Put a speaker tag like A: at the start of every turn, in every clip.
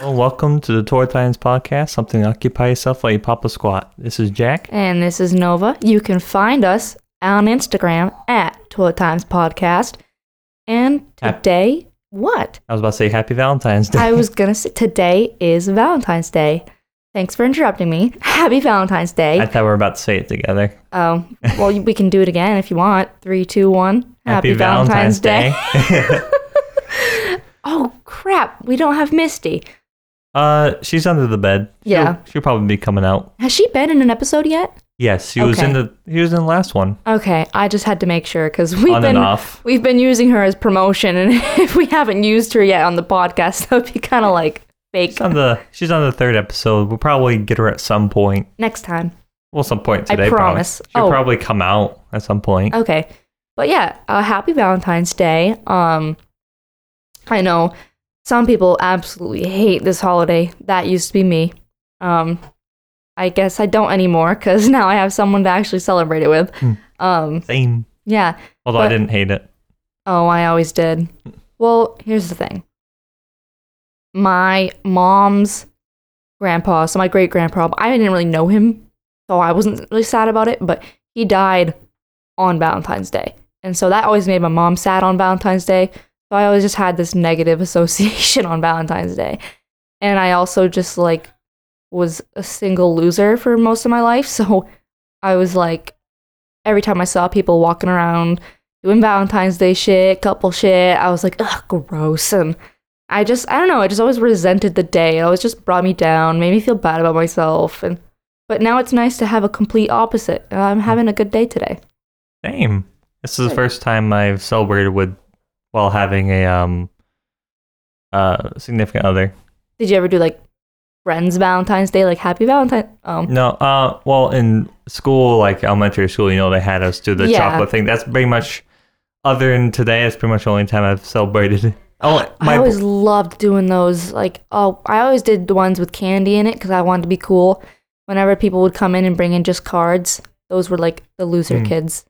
A: Well, welcome to the Torrid Titans podcast, something to occupy yourself while you pop a squat. This is Jack.
B: And this is Nova. You can find us on Instagram at Toilet Times Podcast. And
A: Hap-
B: today, what?
A: I was about to say Happy Valentine's Day.
B: I was going to say today is Valentine's Day. Thanks for interrupting me. Happy Valentine's
A: I
B: Day.
A: thought we were about to say it together.
B: Oh, well, we can do it again if you want. Three, two, one. oh, crap. We don't have Misty.
A: uh, she's under the bed. She'll-
B: Yeah.
A: she'll probably be coming out.
B: Has she been in an episode yet?
A: Yes, she was
B: Okay.
A: in the he was in the last one.
B: Okay, I just had to make sure because we've
A: on
B: been
A: and off.
B: we've been using her as promotion, and if we haven't used her yet on the podcast, that would be kind of like fake.
A: She's on the she's on the third episode. We'll probably get her at some point.
B: Next time,
A: Well, some point
B: I
A: today.
B: promise.
A: Probably. She'll
B: Oh.
A: probably come out at some point.
B: okay. But yeah, uh, happy Valentine's Day. Um, I know some people absolutely hate this holiday. That used to be me. Um, I guess I don't anymore because now I have someone to actually celebrate it with.
A: Hmm.
B: Um,
A: Same.
B: yeah.
A: Although I
B: But-
A: didn't hate it.
B: Oh, I always did. Well, here's the thing. My mom's grandpa, so my great grandpa, I didn't really know him, so I wasn't really sad about it, but he died on Valentine's Day. And so that always made my mom sad on Valentine's Day. So I always just had this negative association on Valentine's Day. And I also just like was a single loser for most of my life. So I was like, every time I saw people walking around doing Valentine's Day shit, couple shit. I was like, ugh, gross. And I just, I don't know, I just always resented the day. It always just brought me down, made me feel bad about myself. And but now it's nice to have a complete opposite. and I'm having a good day today.
A: Same. This is the
B: Good.
A: first time I've celebrated with while having a um uh significant other.
B: Did you ever do like friends Valentine's Day, like Happy Valentine? Um,
A: No, uh well in school, like elementary school, you know, they had us do the
B: Yeah.
A: chocolate thing. That's pretty much other than today, that's pretty much the only time I've celebrated. Oh my
B: I always loved doing those. Like, oh, I always did the ones with candy in it because I wanted to be cool. Whenever people would come in and bring in just cards, those were like the loser
A: Hmm.
B: kids.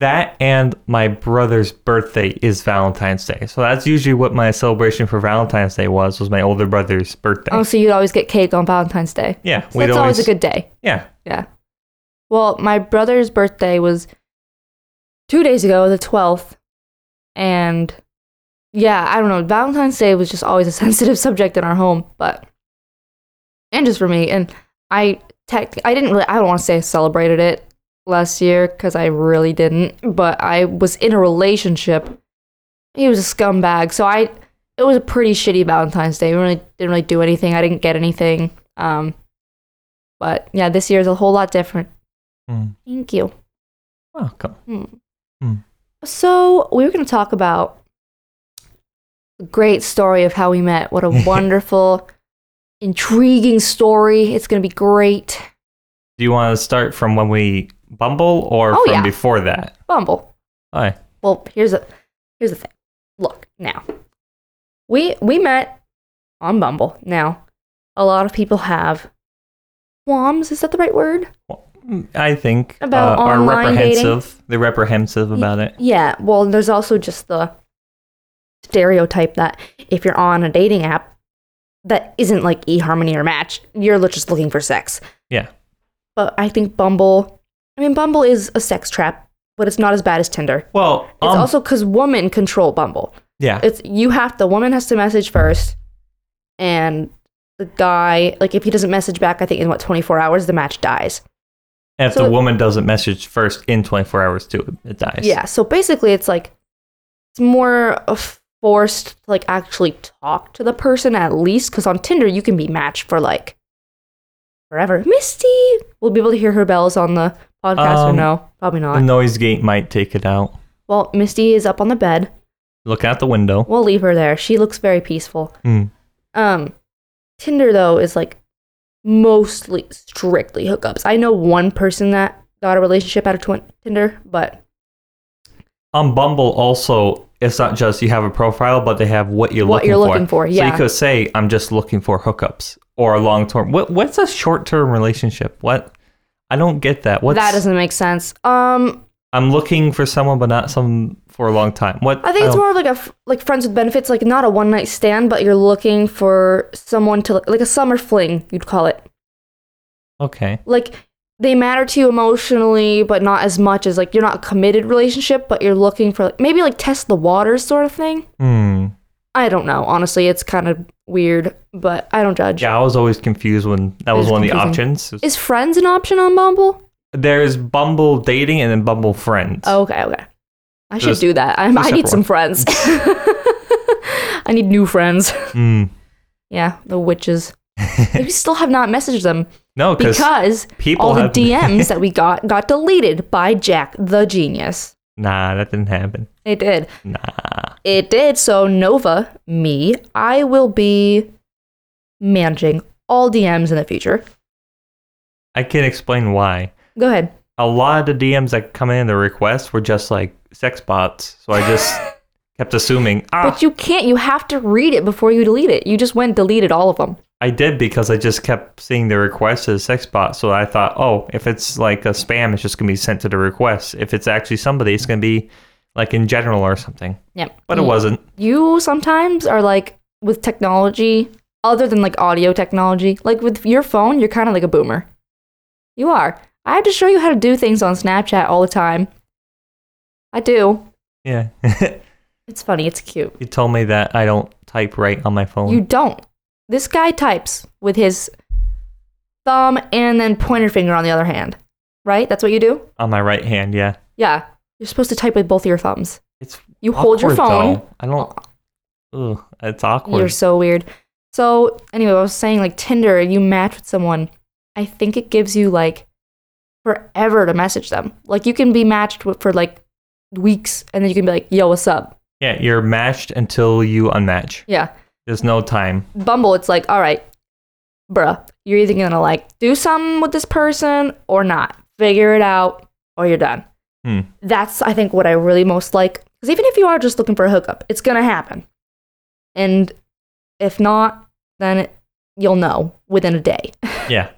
A: That and my brother's birthday is Valentine's Day. So that's usually what my celebration for Valentine's Day was, was my older brother's birthday.
B: Oh, so you'd always get cake on Valentine's Day.
A: yeah.
B: So that's always a good day.
A: Yeah.
B: Yeah. Well, my brother's birthday was two days ago, the 12th. And yeah, I don't know. Valentine's Day was just always a sensitive subject in our home, but, and just for me. And I, tech, I didn't really, I don't want to say I celebrated it last year because I really didn't, but I was in a relationship. He was a scumbag. So I, it was a pretty shitty Valentine's Day. We really didn't really do anything. I didn't get anything. Um, but yeah, this year's a whole lot different.
A: Mm.
B: Thank you.
A: Welcome.
B: So we were going to talk about the great story of how we met. What a wonderful, intriguing story. It's going to be great.
A: Do you want to start from when we bumble or
B: Oh,
A: from
B: yeah.
A: before that?
B: Bumble.
A: Hi.
B: Well, here's a here's the thing. Look now, we we met on Bumble. Now, a lot of people have qualms. Is that the right word?
A: I think
B: About
A: uh, are
B: online dating?
A: reprehensive. They're reprehensive about it.
B: Yeah, well, there's also just the stereotype that if you're on a dating app that isn't like eHarmony or Match, you're li- just looking for sex.
A: Yeah.
B: But I think Bumble, I mean, Bumble is a sex trap, but it's not as bad as Tinder.
A: Well,
B: It's
A: um,
B: also because women control Bumble.
A: yeah.
B: It's you have the woman has to message first, and the guy like if he doesn't message back, I think in what 24 hours the match dies.
A: if
B: so-
A: the woman doesn't message first in 24 hours, too, it dies.
B: Yeah. So basically, it's like it's more of forced to like actually talk to the person at least because on Tinder you can be matched for like forever. Misty, we'll be able to hear her bells on the podcast or
A: Um,
B: no? Probably
A: The
B: not.
A: noise gate might take it out.
B: Well, Misty is up on the bed.
A: Look out the window.
B: We'll leave her there. She looks very peaceful.
A: Mm.
B: Um, Tinder though is like mostly strictly hookups. I know one person that got a relationship out of Twin Tinder, but
A: on Um, Bumble also it's not just you have a profile, but they have what you're
B: What
A: looking
B: you're
A: for.
B: looking for,
A: So
B: yeah.
A: you could say I'm just looking for hookups or a long term. What what's a short term relationship? What I don't get that. What's
B: that doesn't make sense. Um,
A: I'm looking for someone, but not some for a long time. What Oh,
B: I think it's
A: don't-
B: more of like a f- like friends with benefits, like not a one night stand, but you're looking for someone to like a summer fling, you'd call it.
A: okay.
B: Like they matter to you emotionally, but not as much as like you're not a committed relationship, but you're looking for like, maybe like test the waters sort of thing.
A: Hmm.
B: I don't know. Honestly, it's kind of weird, but I don't judge.
A: Yeah, I was always confused when that was
B: is
A: one of the
B: confusing.
A: options.
B: Is friends an option on Bumble?
A: There's Bumble dating and then Bumble friends.
B: Oh, okay, okay. I should
A: There's-
B: do that. I,
A: there's
B: I
A: separate
B: need some friends. I need new friends.
A: Hmm.
B: Yeah, the witches. Maybe still have not messaged them
A: No, because
B: because
A: people
B: all the
A: have
B: DMs that we got got deleted by Jack the genius.
A: Nah, that didn't happen.
B: It did.
A: Nah.
B: It did. So Nova, me, I will be managing all DMs in the future.
A: I can explain why.
B: Go ahead.
A: A lot of the DMs that come in the requests were just like sex bots. So I just kept assuming, ah,
B: But you can't. You have to read it before you delete it. You just went and deleted all of them.
A: I did because I just kept seeing the requests as sex bots. So I thought, oh, if it's like a spam, it's just going to be sent to the request. If it's actually somebody, it's going to be like in general or something.
B: Yep.
A: But it wasn't.
B: You sometimes are like with technology, other than like audio technology, like with your phone, you're kind of like a boomer. You are. I have to show you how to do things on Snapchat all the time. I do.
A: Yeah.
B: It's funny. It's cute.
A: you told me that I don't type right on my phone.
B: You don't. This guy types with his thumb and then pointer finger on the other hand, right? That's what you do?
A: on my right hand, yeah.
B: Yeah. You're supposed to type with both of your thumbs.
A: It's
B: You hold your
A: awkward,
B: phone.
A: though. I don't. Ugh, it's awkward.
B: You're so weird. So anyway, I was saying like Tinder, you match with someone. I think it gives you like forever to message them. Like you can be matched with, for like weeks, and then you can be like, "Yo, what's up?"
A: yeah, you're matched until you unmatch.
B: Yeah.
A: There's no time.
B: Bumble, it's like, all right, bruh, you're either gonna like do something with this person or not. Figure it out, or you're done.
A: Hmm.
B: That's I think what I really most like. Because even if you are just looking for a hookup, it's gonna happen. And if not, then it, you'll know within a day.
A: Yeah.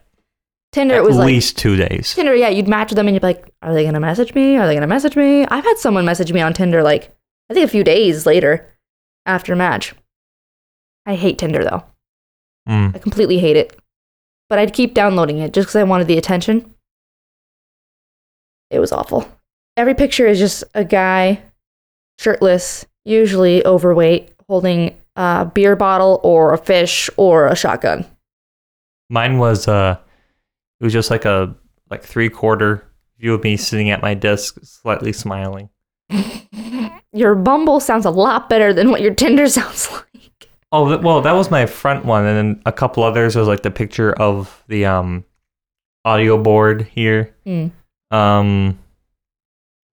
B: Tinder,
A: At
B: it was like
A: least two days.
B: Tinder. Yeah, you'd match with them, and you'd be like, "Are they gonna message me? Are they gonna message me?" I've had someone message me on Tinder like I think a few days later after a match. I hate Tinder though.
A: Mm.
B: I completely hate it, but I'd keep downloading it just because I wanted the attention. It was awful. Every picture is just a guy, shirtless, usually overweight, holding a beer bottle or a fish or a shotgun.
A: Mine was uh it was just like a like three quarter view of me sitting at my desk slightly smiling.
B: Your Bumble sounds a lot better than what your Tinder sounds like.
A: Oh th- well, that was my front one, and then a couple others was like the picture of the um audio board here.
B: Hmm.
A: Um,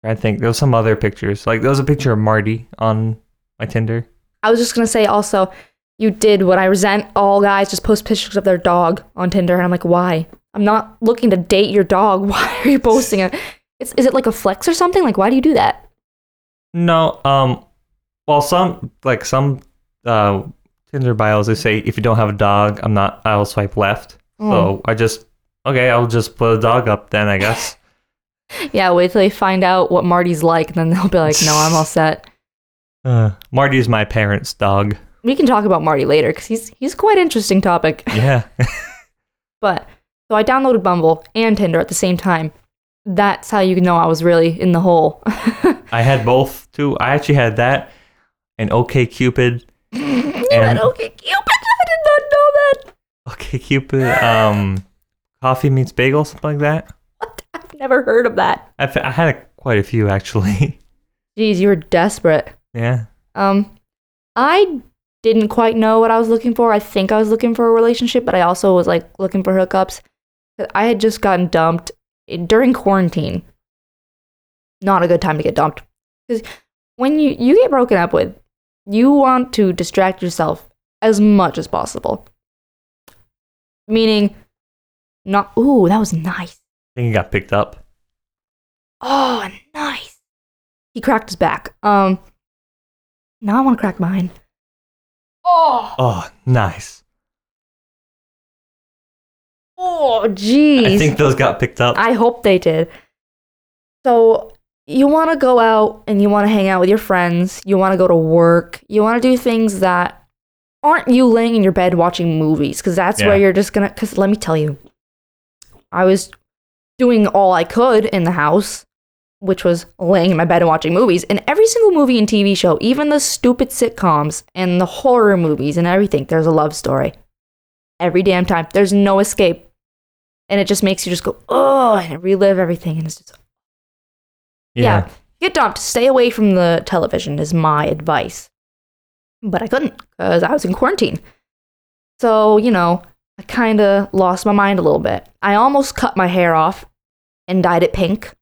A: I think there was some other pictures. Like there was a picture of Marty on my Tinder.
B: I was just gonna say also, you did what I resent. All guys just post pictures of their dog on Tinder, and I'm like, why? I'm not looking to date your dog. Why are you posting it? It's, is it like a flex or something? Like, why do you do that?
A: No, um, well, some like some uh Tinder bios they say if you don't have a dog, I'm not. I'll swipe left. So I just okay, I'll just put a dog up then I guess.
B: Yeah, wait till they find out what Marty's like, and then they'll be like, no, I'm all set.
A: Uh, Marty's my parents' dog.
B: We can talk about Marty later because he's he's quite interesting topic.
A: Yeah.
B: But so I downloaded Bumble and Tinder at the same time. That's how you know I was really in the hole.
A: I had both too. I actually had that and OK Cupid.
B: and
A: And-
B: okay, Cupid, I did not know that.
A: OK Cupid um coffee meets bagel something like that.
B: What? I've never heard of that.
A: I fe- I had a, quite a few actually.
B: Jeez, you were desperate.
A: yeah.
B: Um, I didn't quite know what I was looking for. I think I was looking for a relationship, but I also was like looking for hookups. 'Cause I had just gotten dumped i- during quarantine. Not a good time to get dumped because when you you get broken up with, you want to distract yourself as much as possible. Meaning, not ooh, that was nice.
A: I think it got picked up.
B: Oh, nice. He cracked his back. Um, now I want to crack mine. Oh,
A: Oh, nice.
B: oh, jeez. oh,
A: I think those got picked up.
B: I hope they did. So you want to go out and you want to hang out with your friends. You want to go to work. You want to do things that aren't you laying in your bed watching movies because that's
A: Yeah.
B: where you're just gonna. Because let me tell you, I was doing all I could in the house, which was laying in my bed and watching movies. And every single movie and TV show, even the stupid sitcoms and the horror movies and everything, there's a love story. Every damn time. There's no escape. And it just makes you just go, oh, and relive everything. And it's just, yeah. Get dumped. Stay away from the television is my advice. But I couldn't because I was in quarantine. So, you know, I kind of lost my mind a little bit. I almost cut my hair off and dyed it pink.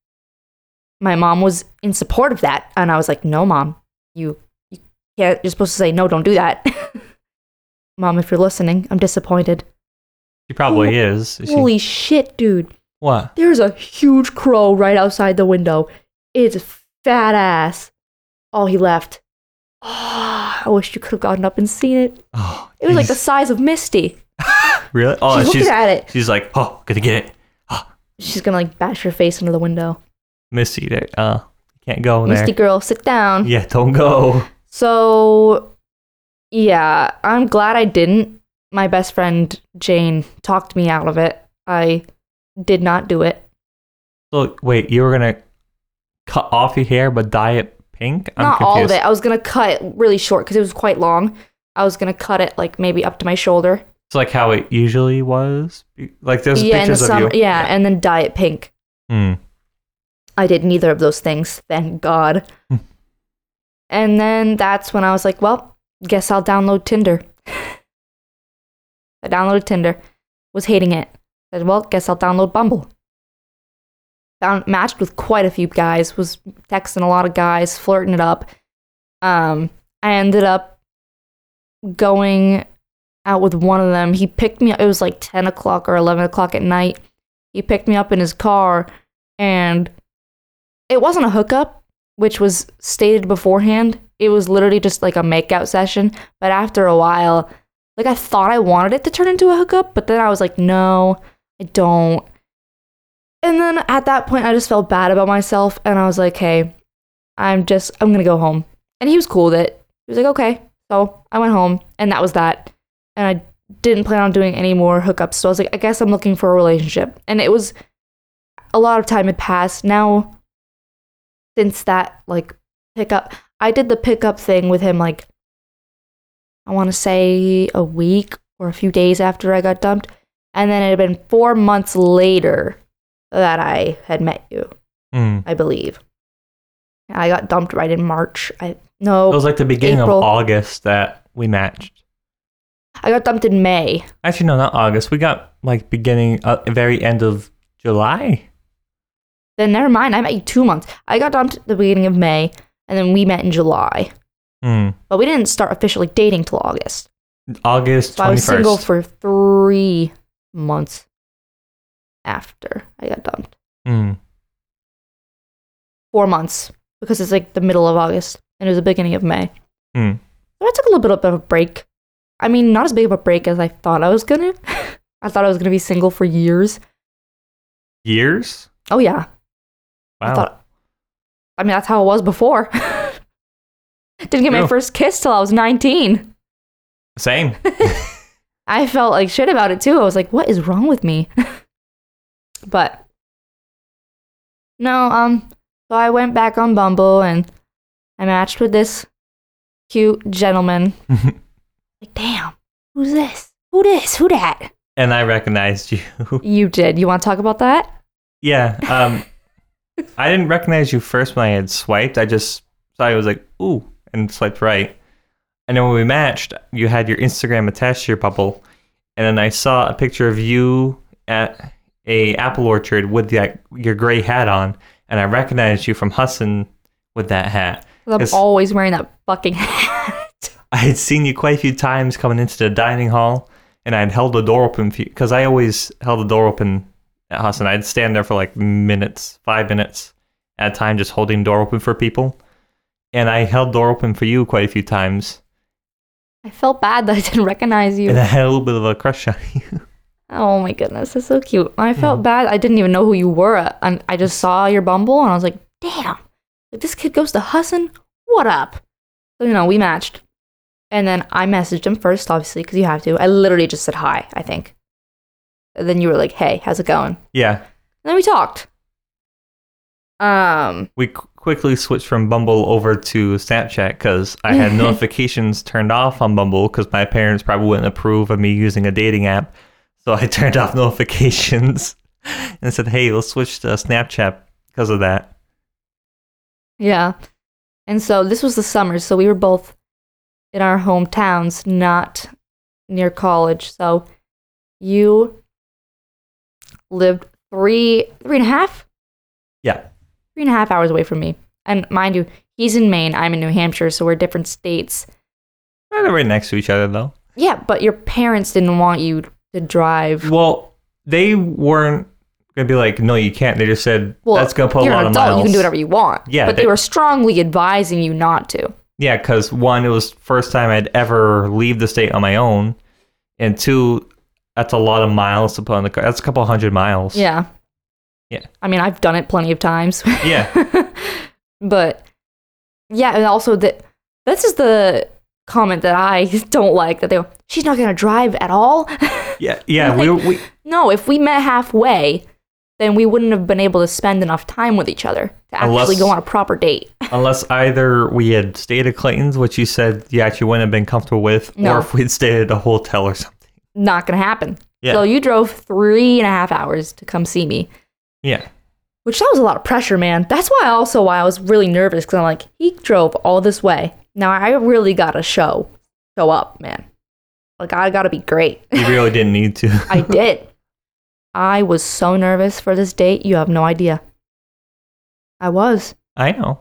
B: My mom was in support of that. And I was like, no, mom, you, you can't, you're supposed to say, no, don't do that. mom, if you're listening, I'm disappointed.
A: She probably is. Is she-
B: Holy shit, dude.
A: what?
B: There's a huge crow right outside the window. It's fat ass. Oh, he left. Oh, I wish you could have gotten up and seen it.
A: Oh,
B: It was like the
A: Jesus.
B: size of Misty.
A: really. Oh,
B: she's looking
A: she's
B: at it.
A: she's like, oh, gonna get it,
B: She's gonna like bash her face under the window.
A: Misty. There, uh, can't go there.
B: Misty girl, sit down.
A: Yeah, don't go.
B: So, yeah, I'm glad I didn't. My best friend Jane talked me out of it. I did not do it.
A: So wait, you were gonna cut off your hair but dye it pink? I'm
B: not
A: confused.
B: all of it. I was gonna cut it really short because it was quite long. I was gonna cut it like maybe up to my shoulder.
A: It's like how it usually was. Like there's
B: yeah, in the
A: pictures of
B: summer.
A: you.
B: Yeah, and then dye it pink.
A: Mm.
B: I did neither of those things, thank God. and then that's when I was like, well, guess I'll download Tinder. I downloaded Tinder, was hating it. Said, well, guess I'll download Bumble. Found matched with quite a few guys, was texting a lot of guys, flirting it up. Um, I ended up going out with one of them. He picked me up, it was like 10 o'clock or 11 o'clock at night. He picked me up in his car and it wasn't a hookup, which was stated beforehand. It was literally just like a makeout session. But after a while, like I thought I wanted it to turn into a hookup, but then I was like, no, I don't. And then at that point, I just felt bad about myself, and I was like, hey, I'm just, I'm gonna go home. And he was cool with it. He was like, okay. So I went home, and that was that. And I didn't plan on doing any more hookups. So I was like, I guess I'm looking for a relationship. And it was a lot of time had passed. Now, since that like pickup I did the pickup thing with him like I want to say a week or a few days after I got dumped and then it had been 4 months later that I had met you,
A: Mm.
B: I believe. I got dumped right in March. I no,
A: It was like the beginning
B: April.
A: of August that we matched.
B: I got dumped in May.
A: Actually, no, not August. We got like beginning, uh, very end of July.
B: Then never mind, I met you 2 months. I got dumped at the beginning of May and then we met in July.
A: Mm.
B: But we didn't start officially dating till August.
A: August
B: So I
A: twenty
B: was single
A: first.
B: for three months after I got dumped.
A: mm.
B: Four months because it's like the middle of August and it was the beginning of May.
A: Hmm.
B: So I took a little bit of a break. I mean, not as big of a break as I thought I was gonna. I thought I was gonna be single for years.
A: Years.
B: Oh yeah,
A: Wow.
B: I thought. I mean, that's how it was before. Didn't get my
A: True.
B: first kiss till I was 19.
A: Same.
B: I felt like shit about it too. I was like, what is wrong with me? but no, um, so I went back on Bumble and I matched with this cute gentleman. Like, damn, who's this? Who this? Who that?
A: and I recognized you.
B: You did. You want to talk about that?
A: yeah. Um, I didn't recognize you first when I had swiped. I just saw you. I was like, ooh, and swiped right. And then when we matched, you had your Instagram attached to your bubble, and then I saw a picture of you at a apple orchard with that your gray hat on, and I recognized you from Hussin with that hat.
B: 'Cause I'm
A: It's-
B: always wearing that fucking hat.
A: I had seen you quite a few times coming into the dining hall, and I had held the door open because I always held the door open at Huston. I'd stand there for like minutes, five minutes at a time, just holding the door open for people. And I held door open for you quite a few times,
B: I felt bad that I didn't recognize
A: and
B: you.
A: I had a little bit of a crush on you.
B: Oh my goodness, that's so cute. I felt bad. I didn't even know who you were. And I just saw your Bumble and I was like, damn, Like this kid goes to Hussin. What up? So you know, we matched, and then I messaged him first, obviously, because you have to. I literally just said hi. I think. And then you were like, "Hey, how's it going?" And
A: Yeah.
B: then we talked. Um.
A: We qu- quickly switched from Bumble over to Snapchat because I had notifications turned off on Bumble because my parents probably wouldn't approve of me using a dating app. So I turned off notifications and said, hey, let's switch to Snapchat because of that.
B: Yeah. And so this was the summer, so we were both in our hometowns, not near college. So you lived three three and a half?
A: Yeah.
B: Three and a half hours away from me. And mind you, he's in Maine, I'm in New Hampshire, so we're different states.
A: Kind of right next to each other, though.
B: Yeah, but your parents didn't want you to drive.
A: Well, they weren't going to be like, no, you can't. They just said,
B: Well,
A: that's going to put a
B: you're
A: lot
B: an
A: of
B: adult,
A: miles.
B: you can do whatever you want.
A: Yeah,
B: But they,
A: they-
B: were strongly advising you not to.
A: Yeah, because one, it was first time I'd ever leave the state on my own, and two, that's a lot of miles to put on the car. That's a couple hundred miles.
B: Yeah.
A: Yeah.
B: I mean, I've done it plenty of times.
A: yeah,
B: but yeah, and also that this is the comment that I don't like that they go, she's not gonna drive at all.
A: yeah. yeah, We, we
B: no, if we met halfway, then we wouldn't have been able to spend enough time with each other to actually
A: Unless-
B: go on a proper date.
A: unless either we had stayed at Clayton's, which you said you actually wouldn't have been comfortable with,
B: No.
A: or if we'd stayed at a hotel or something.
B: Not gonna happen.
A: Yeah.
B: So you drove three and a half hours to come see me,
A: Yeah,
B: which that was a lot of pressure, man. That's why also why I was really nervous because I'm like, he drove all this way. Now I really gotta show, show up, man. Like I gotta be great.
A: you really didn't need to.
B: I did. I was so nervous for this date. You have no idea. I was.
A: I know.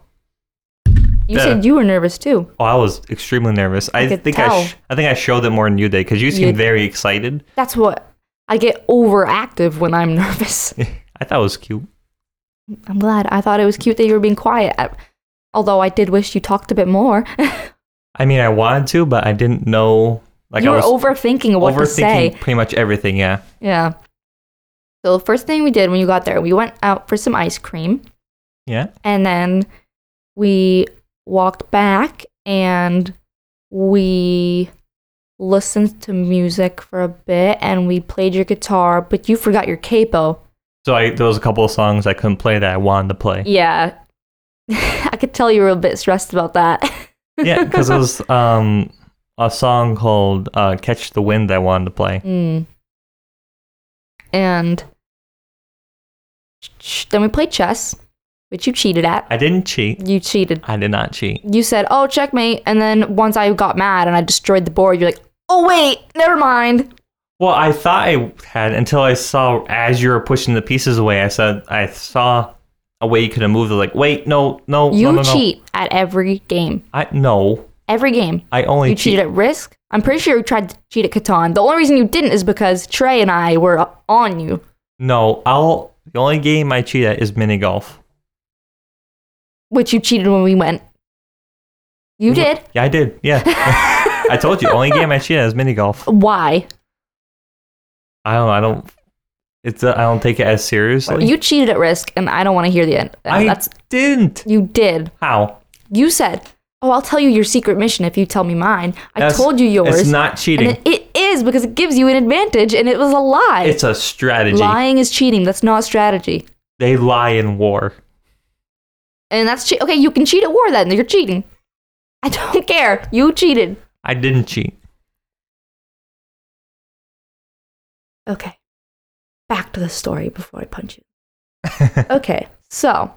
B: You
A: Yeah.
B: said you were nervous too.
A: Oh, I was extremely nervous. I,
B: could
A: think
B: tell.
A: I, sh- I think I showed it more than you did because you seemed very excited.
B: That's what I get overactive when I'm nervous.
A: I thought it was cute.
B: I'm glad. I thought it was cute that you were being quiet. I, although I did wish you talked a bit more.
A: I mean, I wanted to, but I didn't know. Like I
B: you were
A: was
B: overthinking what to
A: overthinking
B: say.
A: pretty much everything. Yeah.
B: Yeah. So the first thing we did when you got there, we went out for some ice cream.
A: Yeah.
B: and then we walked back and we listened to music for a bit and we played your guitar but you forgot your capo
A: So I there was a couple of songs I couldn't play that I wanted to play.
B: yeah i could tell you were a bit stressed about that
A: yeah, because it was um a song called uh, "Catch the Wind" I wanted to play.
B: Mm. and ch- then we played chess which you cheated at
A: I didn't cheat.
B: you cheated
A: I did not cheat.
B: you said, "Oh, checkmate," and then once I got mad and I destroyed the board, you're like, "Oh wait, never mind."
A: Well, I thought I had until I saw as you were pushing the pieces away. I said I saw a way you could have moved. it, Like, wait, no, no,
B: You
A: no, no, no.
B: cheat at every game.
A: I no.
B: Every game.
A: I only
B: You cheated
A: cheat.
B: at Risk. I'm pretty sure you tried to cheat at Catan. The only reason you didn't is because Trey and I were on you.
A: No, I'll. The only game I cheat at is mini golf.
B: Which you cheated when we went. You did.
A: Yeah, I did. Yeah, I told you. Only game I cheat at is mini golf.
B: Why?
A: I don't. I don't. It's. uh, I I don't take it as seriously.
B: You cheated at Risk, and I don't want to hear the end. Uh,
A: I
B: That's
A: didn't.
B: you did.
A: How?
B: You said, "Oh, I'll tell you your secret mission if you tell me mine." I
A: That's-
B: told you yours.
A: It's not cheating.
B: And it, it is because it gives you an advantage, and it was a lie.
A: it's a strategy.
B: Lying is cheating. That's not strategy.
A: They lie in war.
B: And that's che- okay. You can cheat at war then. You're cheating. I don't care. You cheated.
A: I didn't cheat.
B: Okay. Back to the story before I punch you. okay. So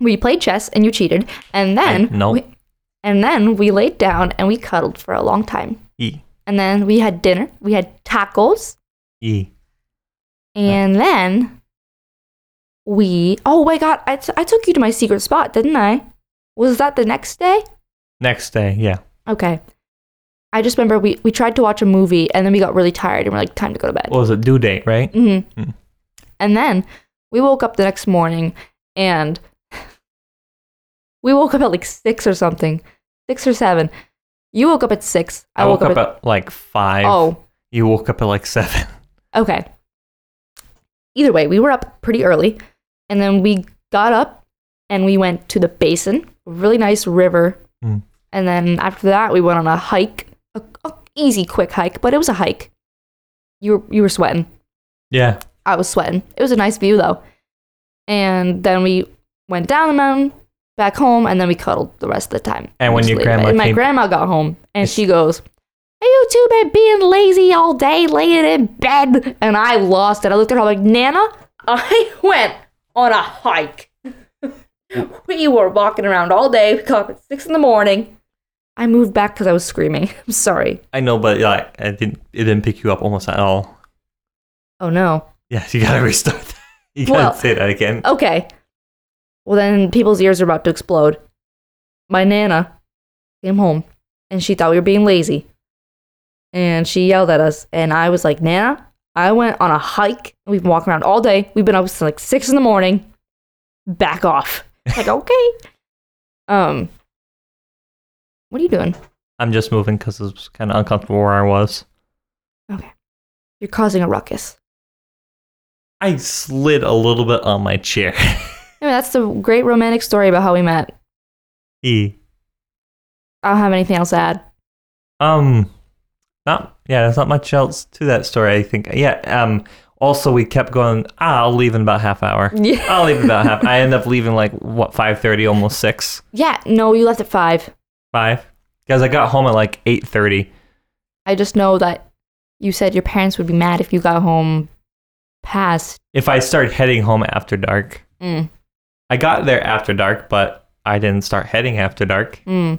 B: we played chess and you cheated, and then
A: I- no.
B: we- and then we laid down and we cuddled for a long time,
A: E
B: and then we had dinner. We had tacos.
A: E.
B: And then we, oh my God, I, t- I took you to my secret spot, didn't I? Was that the next day?
A: Next day, yeah.
B: Okay. I just remember we, we tried to watch a movie and then we got really tired and we're like, time to go to bed.
A: What was it? Due date, right?
B: hmm
A: Mm.
B: And then we woke up the next morning and we woke up at like six or something, six or seven. You woke up at six.
A: I, woke, up, at like five.
B: oh,
A: You woke up at like seven.
B: Okay. Either way, we were up pretty early, and then we got up and we went to the basin, a really nice river.
A: Mm.
B: And then after that, we went on a hike, a, a easy, quick hike, but it was a hike. You were, you were sweating.
A: Yeah.
B: I was sweating. It was a nice view though. And then we went down the mountain, back home, and then we cuddled the rest of the time.
A: And when your
B: Mostly.
A: grandma
B: and my
A: came-
B: grandma got home, and she goes, "Hey, you two been being lazy all day, laying in bed?" And I lost it. I looked at her like, "Nana, I went on a hike. we were walking around all day. We got up at six in the morning. I moved back because I was screaming. I'm sorry.
A: I know, but like I didn't. It didn't pick you up almost at all.
B: Oh no."
A: Yes, you gotta restart. That. You gotta
B: Well-
A: say that again.
B: Okay. Well, then people's ears are about to explode. My Nana came home and she thought we were being lazy. And she yelled at us. And I was like, Nana, I went on a hike. We've been walking around all day. We've been up since like six in the morning. Back off. Like, okay. Um, what are you doing?
A: I'm just moving because it was kind of uncomfortable where I was.
B: You're causing a ruckus.
A: I slid a little bit on my chair.
B: Anyway, that's the great romantic story about how we met.
A: E.
B: I don't have anything else to add.
A: Um, not yeah. There's not much else to that story. I think. Yeah. Um. Also, we kept going. Ah, I'll leave in about half hour.
B: Yeah.
A: I'll leave in about half. I end up leaving like what five thirty, almost six,
B: Yeah, no, you left at five.
A: five. Because I got home at like eight thirty.
B: I just know that you said your parents would be mad if you got home past.
A: If I started heading home after dark,
B: Mm,
A: I got there after dark, but I didn't start heading after dark.
B: mm.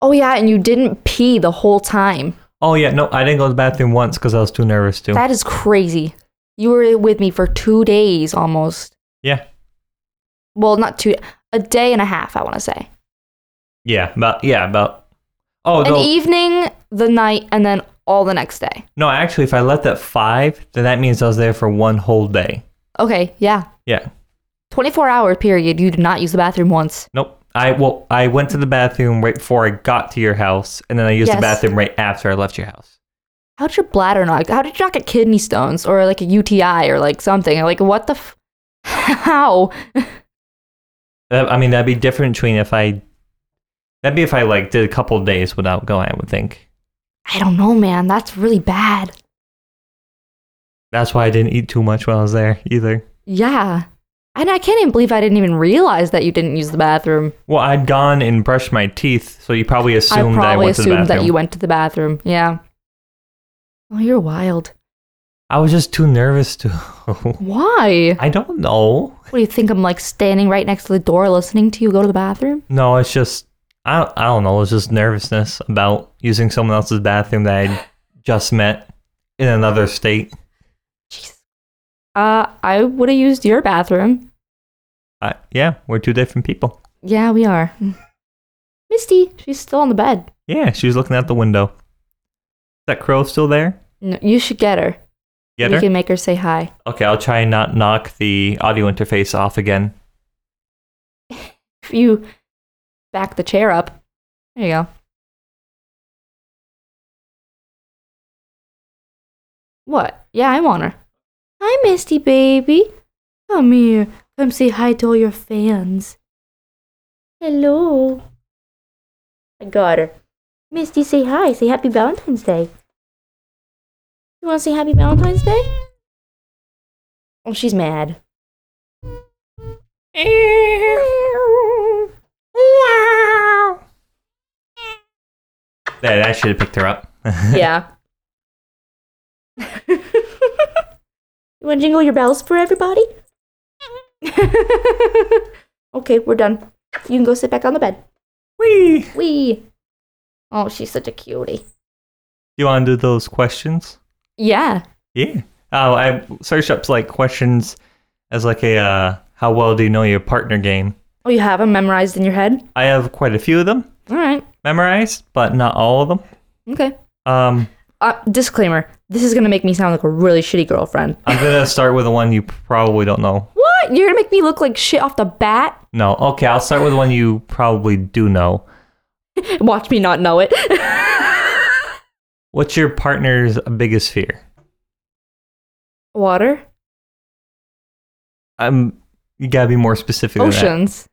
B: Oh yeah, and you didn't pee the whole time.
A: Oh yeah, no, I didn't go to the bathroom once because I was too nervous to.
B: That is crazy. You were with me for two days almost.
A: Yeah.
B: Well, not two, a day and a half. I want to say
A: Yeah, about yeah about. Oh
B: an e
A: no,
B: evening, the night, and then all the next day.
A: no, actually, if I left at five, then that means I was there for one whole day.
B: Okay, yeah,
A: Yeah.
B: twenty-four hour period. You did not use the bathroom once.
A: Nope. I well, I went to the bathroom right before I got to your house, and then I used the
B: Yes.
A: bathroom right after I left your house.
B: How did your bladder not? How did you not get kidney stones or like a UTI or like something? Like what the? F- how?
A: That, Uh, I mean, that'd be different between if I. That'd be if I like did a couple of days without going. I would think
B: I don't know, man. That's really bad.
A: that's why I didn't eat too much while I was there either.
B: Yeah. And I can't even believe I didn't even realize that you didn't use the bathroom.
A: Well, I'd gone and brushed my teeth, so you probably assumed that
B: I
A: I
B: probably
A: went to the
B: assumed
A: bathroom.
B: that you went to the bathroom. Yeah. Oh, you're wild.
A: I was just too nervous to.
B: Why?
A: I don't know.
B: What do you think? I'm like standing right next to the door listening to you go to the bathroom?
A: No, it's just I don't, I don't know. It's just nervousness about using someone else's bathroom that I just met in another state.
B: Jeez. Uh, I would have used your bathroom.
A: I, Uh, yeah, we're two different people.
B: Yeah, we are. Misty, she's still on the bed.
A: Yeah, she was looking out the window. Is that crow still there?
B: No, you should get her.
A: Get
B: you
A: her.
B: can make her say hi.
A: Okay, I'll try and not knock the audio interface off again.
B: If you back the chair up. There you go. What? Yeah, I want her. Hi, Misty baby. Come here. Come say hi to all your fans. Hello. I got her. Misty, say hi. Say happy Valentine's Day. You want to say happy Valentine's Day? Oh, she's mad.
A: Wow. There, that should have picked her up.
B: yeah. you want to jingle your bells for everybody? okay, we're done. You can go sit back on the bed.
A: Whee!
B: Wee. Oh, she's such a cutie.
A: You want to do those questions?
B: Yeah.
A: Yeah. Oh, I searched up like questions as like a uh, how well do you know your partner game.
B: Oh, you have them memorized in your head?
A: I have quite a few of them
B: All right.
A: memorized, but not all of them.
B: Okay.
A: Um,
B: Uh, disclaimer this is going to make me sound like a really shitty girlfriend.
A: I'm gonna start with the one you probably don't know.
B: What? You're going to make me look like shit off the bat?
A: No, okay, I'll start with the one you probably do know.
B: Watch me not know it.
A: What's your partner's biggest fear?
B: Water?
A: Um, You gotta be more specific. than that.
B: Oceans.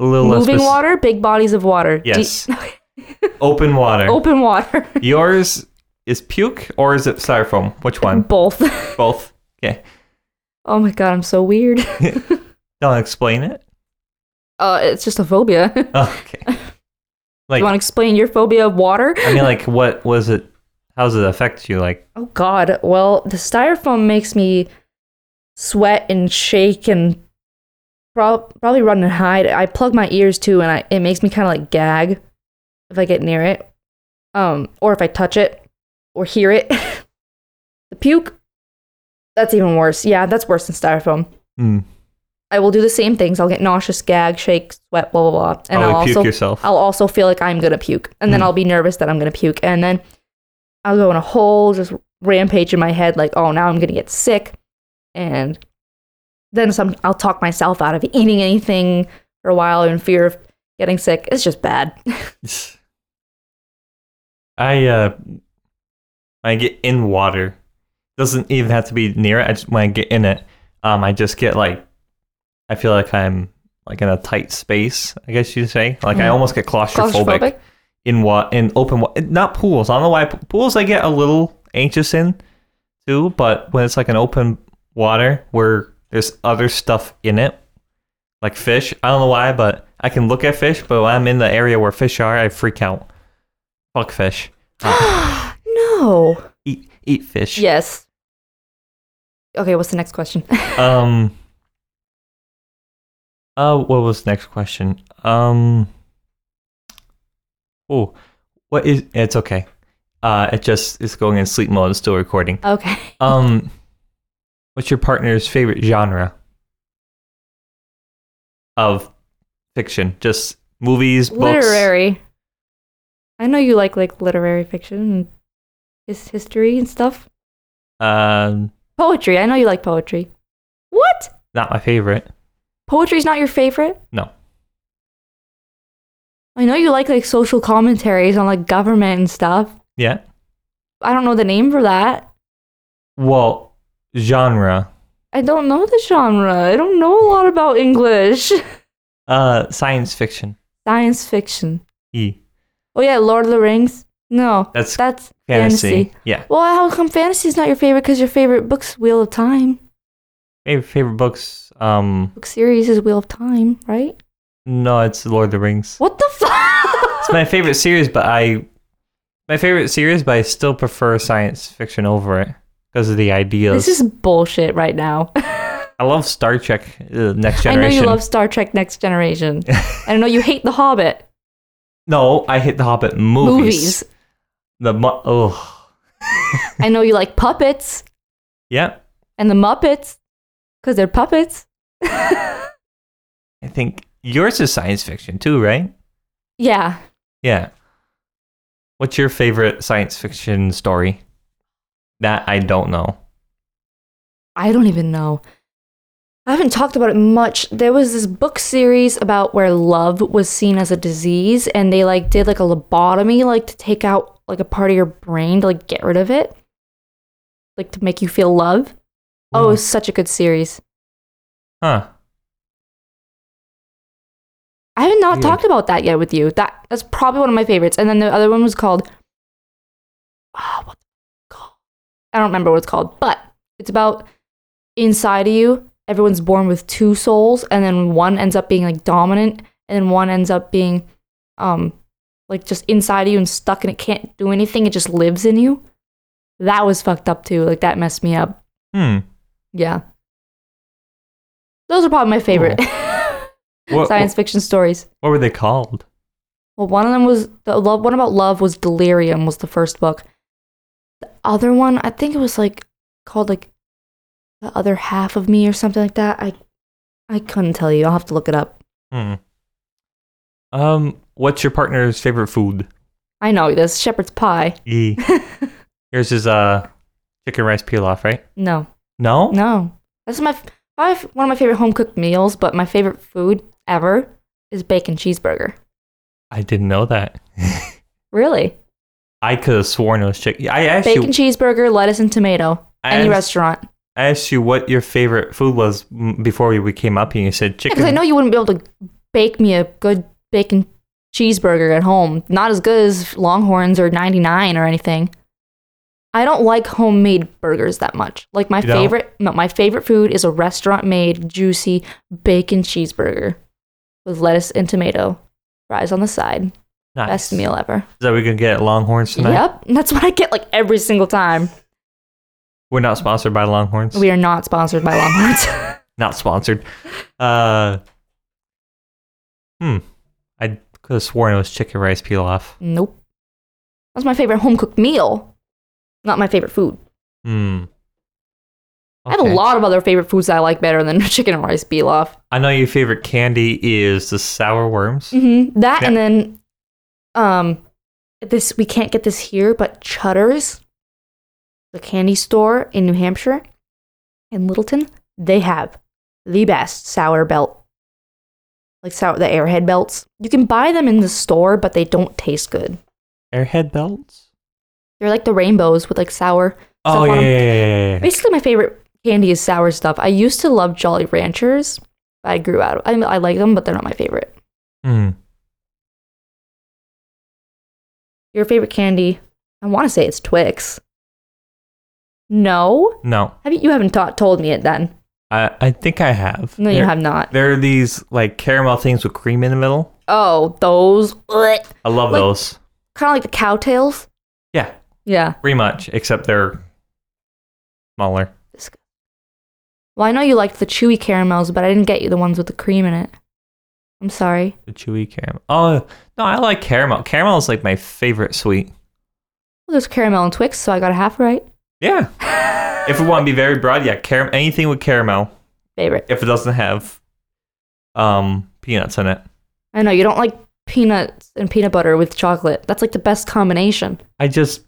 A: A little less
B: Moving
A: spec-
B: water, big bodies of water. De-
A: Yes. Open water.
B: Open water.
A: Yours is puke or is it styrofoam? Which one?
B: Both.
A: Both.
B: Oh my god, I'm so weird.
A: Don't explain it.
B: Uh, it's just a phobia. Do
A: Okay. Like
B: you want to explain your phobia of water?
A: I mean, like what was it? How does it affect you? Like
B: Oh god. Well, the styrofoam makes me sweat and shake and prob- probably run and hide. I plug my ears too, and I- it makes me kind of like gag if I get near it, um, or if I touch it or hear it. the puke. That's even worse. Yeah, that's worse than styrofoam.
A: hmm,
B: I will do the same things. I'll get nauseous, gag, shake, sweat, blah blah blah, and
A: probably
B: I'll
A: Oh, puke
B: also
A: yourself.
B: I'll also feel like I'm gonna puke, and then
A: Mm.
B: I'll be nervous that I'm gonna puke, and then I'll go on a whole just rampage in my head, like, oh, now I'm gonna get sick, and then some. I'll talk myself out of eating anything for a while in fear of getting sick. It's just bad.
A: I uh, I get in water. Doesn't even have to be near it. I just when I get in it, um, I just get like, I feel like I'm like in a tight space. I guess you'd say. Like I
B: Mhm.
A: almost get claustrophobic,
B: Claustrophobic.
A: in what in open wa- not pools. I don't know why p- pools I get a little anxious in too, but when it's like an open water where there's other stuff in it, like fish. I don't know why, but I can look at fish, but when I'm in the area where fish are, I freak out. Fuck fish.
B: no.
A: Eat eat fish.
B: Yes. Okay. What's the next question?
A: Um. Uh, what was the next question? Um. Oh, what is? It's okay. Uh, it just it's going in sleep mode. It's still recording.
B: okay.
A: Um, what's your partner's favorite genre of fiction? Just movies, books.
B: literary. I know you like like literary fiction and his history and stuff.
A: Um,
B: Poetry. I know you like poetry. What?
A: not my favorite.
B: Poetry's not your favorite?
A: No.
B: I know you like like social commentaries on like government and stuff.
A: Yeah.
B: I don't know the name for that.
A: Well, genre.
B: I don't know the genre. I don't know a lot about English.
A: Uh, science fiction.
B: Science fiction.
A: E.
B: Oh yeah, Lord of the Rings. No,
A: That's
B: that's
A: fantasy.
B: fantasy.
A: Yeah.
B: well. How come fantasy's not your favorite? Because your favorite book's Wheel of Time.
A: Favorite favorite books. Um,
B: Book series is Wheel of Time, right?
A: no, it's Lord of the Rings.
B: What the fuck?
A: It's my favorite series, but I, my favorite series, but I still prefer science fiction over it because of the ideas.
B: This is bullshit right now.
A: I love Star Trek: uh, Next
B: I
A: Generation.
B: know you love Star Trek Next Generation. and I know you hate The Hobbit
A: No, I hate the Hobbit movies.
B: movies.
A: The mu- oh
B: I know you like puppets
A: yeah,
B: and the Muppets because they're puppets.
A: I think yours is science fiction too, right?
B: Yeah.
A: Yeah. What's your favorite science fiction story? That I don't know.
B: I don't even know. I haven't talked about it much. There was this book series about where love was seen as a disease and they like did like a lobotomy like to take out like a part of your brain to like get rid of it. Like to make you feel love. Oh, it was such a good series.
A: Huh.
B: I have not
A: Weird.
B: talked about that yet with you. That that's probably one of my favorites. And then the other one was called Ah, what the called? I don't remember what it's called, but it's about inside of you. Everyone's born with two souls, and then one ends up being like dominant, and then one ends up being um like just inside of you and stuck, and it can't do anything. It just lives in you. That was fucked up too. Like that messed me up.
A: Hmm.
B: Yeah. Those are probably my favorite
A: What,
B: science fiction stories.
A: What, what were they called?
B: Well, one of them was the love. One about love was Delirium. Was the first book. The other one, I think it was like called like the other half of me or something like that. I I couldn't tell you. I'll have to look it up.
A: Hmm. Um. What's your partner's favorite food?
B: I know this shepherd's pie.
A: E. yours is uh, chicken rice pilaf, right?
B: No,
A: No.
B: no, that's my f- probably one of my favorite home cooked meals. But my favorite food ever is bacon cheeseburger.
A: I didn't know that.
B: Really,
A: I could have sworn it was chicken. I actually.
B: bacon cheeseburger, lettuce and tomato.
A: I
B: Any
A: act-
B: restaurant.
A: I asked you what your favorite food was m- before we, we came up here. and You said chicken.
B: Because I know you wouldn't be able to bake me a good bacon cheeseburger at home. Not as good as Longhorns or 99 or anything. I don't like homemade burgers that much. Like my
A: You don't?
B: favorite, no, my favorite food is a restaurant-made juicy bacon cheeseburger with lettuce and tomato, fries on the side.
A: nice.
B: Best meal ever.
A: Is that we can get at Longhorns tonight?
B: Yep, that's what I get like every single time.
A: We're not sponsored by Longhorns.
B: We are not sponsored by Longhorns.
A: not sponsored. Uh, hmm. I could have sworn it was chicken rice peel off.
B: nope. That's my favorite home-cooked meal. Not my favorite food.
A: Hmm.
B: I have a
A: Okay.
B: lot of other favorite foods that I like better than chicken and rice pilaf.
A: I know your favorite candy is the sour worms.
B: Mm-hmm. That
A: Yeah.
B: and then, um, this we can't get this here, but Chudder's, the candy store in New Hampshire, in Littleton, they have the best sour belt, like sour the Airhead belts. You can buy them in the store, but they don't taste good. Mm-hmm.
A: Airhead belts.
B: They're like the rainbows with like sour.
A: Oh
B: stuff
A: yeah,
B: on
A: yeah,
B: 'em.
A: yeah, yeah, yeah, yeah.
B: Basically, my favorite candy is sour stuff. I used to love Jolly Ranchers. but I grew out of. I, I like them, but they're not my favorite.
A: Hmm.
B: Your favorite candy? I want to say it's Twix. No,
A: No,
B: have you? You haven't ta- told me it then.
A: I I think I have.
B: No, you
A: They're-
B: have not.
A: There are these like caramel things with cream in the middle.
B: Oh, those kind
A: I love
B: Like-
A: those.
B: of like the cow tails.
A: Yeah,
B: Yeah.
A: pretty much, except they're smaller.
B: Well, I know you liked the chewy caramels, but I didn't get you the ones with the cream in it. I'm sorry.
A: The chewy caramel. Oh no, I like caramel. Caramel is like my favorite sweet.
B: Well, there's caramel and Twix, so I got a half right.
A: Yeah. if we want to be very broad, yeah, caram- anything with caramel.
B: Favorite.
A: If it doesn't have um peanuts in it,
B: I know you don't like peanuts and peanut butter with chocolate. That's like the best combination.
A: I just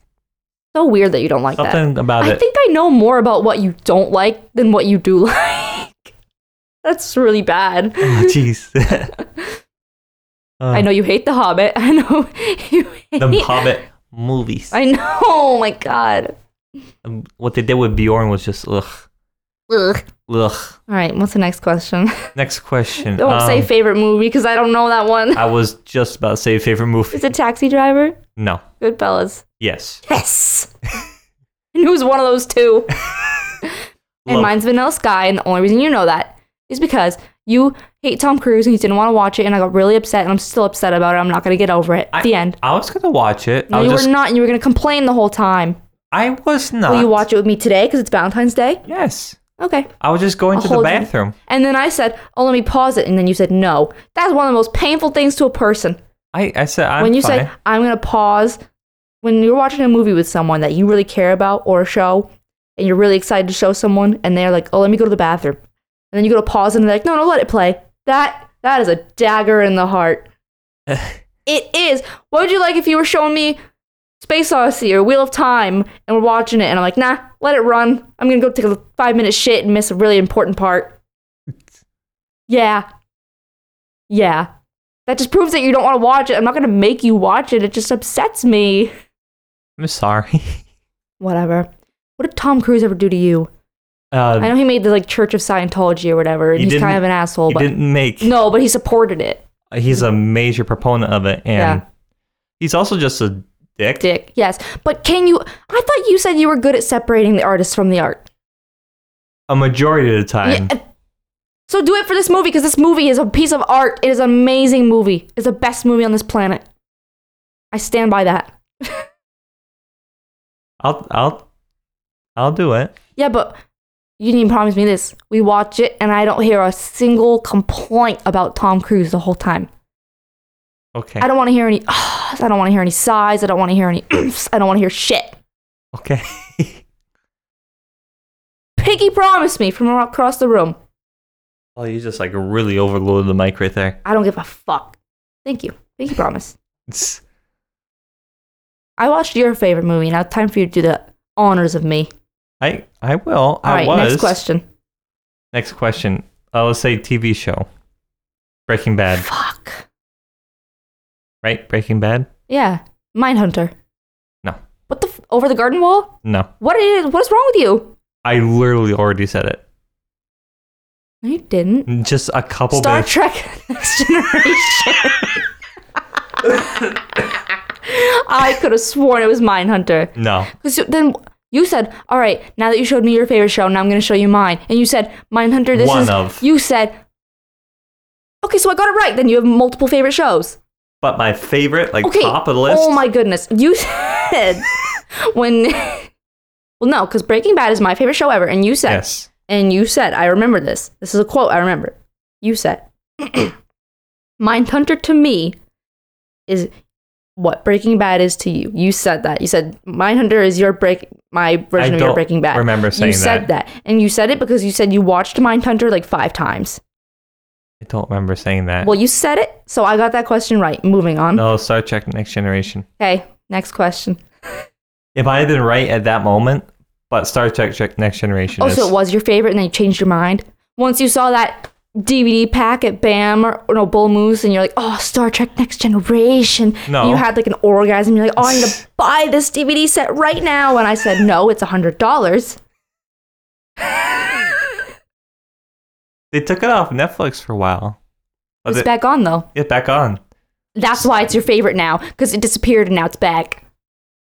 B: So weird that you don't like that.
A: something about
B: I
A: it.
B: think I know more about what you don't like than what you do like. That's really bad.
A: Oh, Jeez. Uh,
B: I know you hate The Hobbit. I know you hate.
A: the Hobbit movies.
B: I know. Oh my god.
A: Um, what they did with Bjorn was just ugh,
B: Ugh.
A: ugh.
B: All right. What's the next question?
A: Next question.
B: Don't say
A: Um,
B: favorite movie because I don't know that one.
A: I was just about to say favorite movie.
B: Is it Taxi Driver?
A: No.
B: Goodfellas.
A: Yes.
B: Yes. and who's one of those two? and
A: Love-
B: mine's Vanilla Sky. And the only reason you know that is because you hate Tom Cruise and you didn't want to watch it. And I got really upset. And I'm still upset about it. I'm not going to get over it.
A: I-
B: the end.
A: I was gonna watch it.
B: No,
A: I was
B: you
A: just.
B: were not. And you were going to complain the whole time.
A: I was not.
B: Will you watch it with me today because it's Valentine's Day?
A: Yes.
B: Okay.
A: I was just going
B: I'll
A: to the
B: hold you-
A: bathroom.
B: And then I said, "Oh, let me pause it." And then you said, "No." That's one of the most painful things to a person.
A: I, I said I'm
B: when you
A: fine.
B: say, "I'm going to pause," when you're watching a movie with someone that you really care about or a show, and you're really excited to show someone, and they're like, "Oh, let me go to the bathroom," and then you go to pause, and they're like, "No, no, let it play." That that is a dagger in the heart. it is. What would you like if you were showing me Space Odyssey or Wheel of Time, and we're watching it, and I'm like, "Nah, let it run. I'm gonna go take a five minute shit and miss a really important part." Yeah. Yeah. That just proves that you don't want to watch it. I'm not going to make you watch it. It just upsets me.
A: I'm sorry.
B: Whatever. What did Tom Cruise ever do to you? I
A: Uh,
B: know he made the like Church of Scientology or whatever, and
A: He
B: he's kind
A: didn't-
B: of an asshole,
A: he
B: but
A: didn't make. uh,
B: no, but he supported it.
A: He's a major proponent of it, and he's also just a dick.
B: Dick. Yes. But can you I thought you said you were good at separating the artist from the art.
A: A majority of the time.
B: Yeah. So do it for this movie because this movie is a piece of art. It is an amazing movie. It's the best movie on this planet. I stand by that.
A: I'll I'll I'll do it.
B: Yeah, but you didn't even promise me this. We watch it, and I don't hear a single complaint about Tom Cruise the whole time.
A: Okay.
B: I don't want to hear any. I don't want to hear any sighs. I don't want to hear any. "Oomph." I don't want to hear shit.
A: Okay.
B: Piggy promised me from across the room.
A: oh, you just like really overloaded the mic right there.
B: I don't give a fuck. Thank you. Piggy promise.
A: It's-
B: I watched your favorite movie. Now it's time for you to do the honors of me.
A: I I will.
B: All
A: I
B: right,
A: was.
B: next question.
A: Next question. I'll say TV show. Breaking Bad,
B: Fuck.
A: right? Breaking Bad.
B: Yeah, Mindhunter.
A: No.
B: What the f- over the garden wall?
A: No.
B: What is? What is wrong with you?
A: I literally already said it.
B: No, you didn't.
A: Just a couple
B: Star
A: minutes.
B: Trek Next Generation. I could have sworn it was Mindhunter.
A: No.
B: Because then you said, all right, now that you showed me your favorite show, now I'm going to show you mine. And you said, Mindhunter, this
A: One
B: is.
A: of.
B: You said, okay, so I got it right. Then you have multiple favorite shows.
A: But my favorite, like
B: Okay.
A: top of the list.
B: Oh my goodness. You said when. Well, no, because Breaking Bad is my favorite show ever. And you said,
A: Yes.
B: and you said, I remember this. This is a quote I remember. You said, Mindhunter to me is what Breaking Bad is to you. You said that. You said, Mindhunter is your break, my
A: I
B: version of your
A: don't
B: Breaking Bad.
A: remember saying
B: you said that. And you said it because you said you watched Mindhunter like five times.
A: I don't remember saying that.
B: Well, you said it, so I got that question right. Moving on.
A: no, Star Trek Next Generation.
B: Okay, next question.
A: If I had been right at that moment, but Star Trek Trek Next Generation
B: Oh,
A: is.
B: so it was your favorite and then you changed your mind? Once you saw that DVD pack at BAM or, or no, Bull Moose and you're like, oh, Star Trek Next Generation.
A: No.
B: You had like an orgasm. You're like, oh, I need to buy this DVD set right now. And I said, no, it's $100.
A: they took it off Netflix for a while. But
B: It's
A: they-
B: back on though.
A: Get back on.
B: That's why it's your favorite now because it disappeared and now it's back.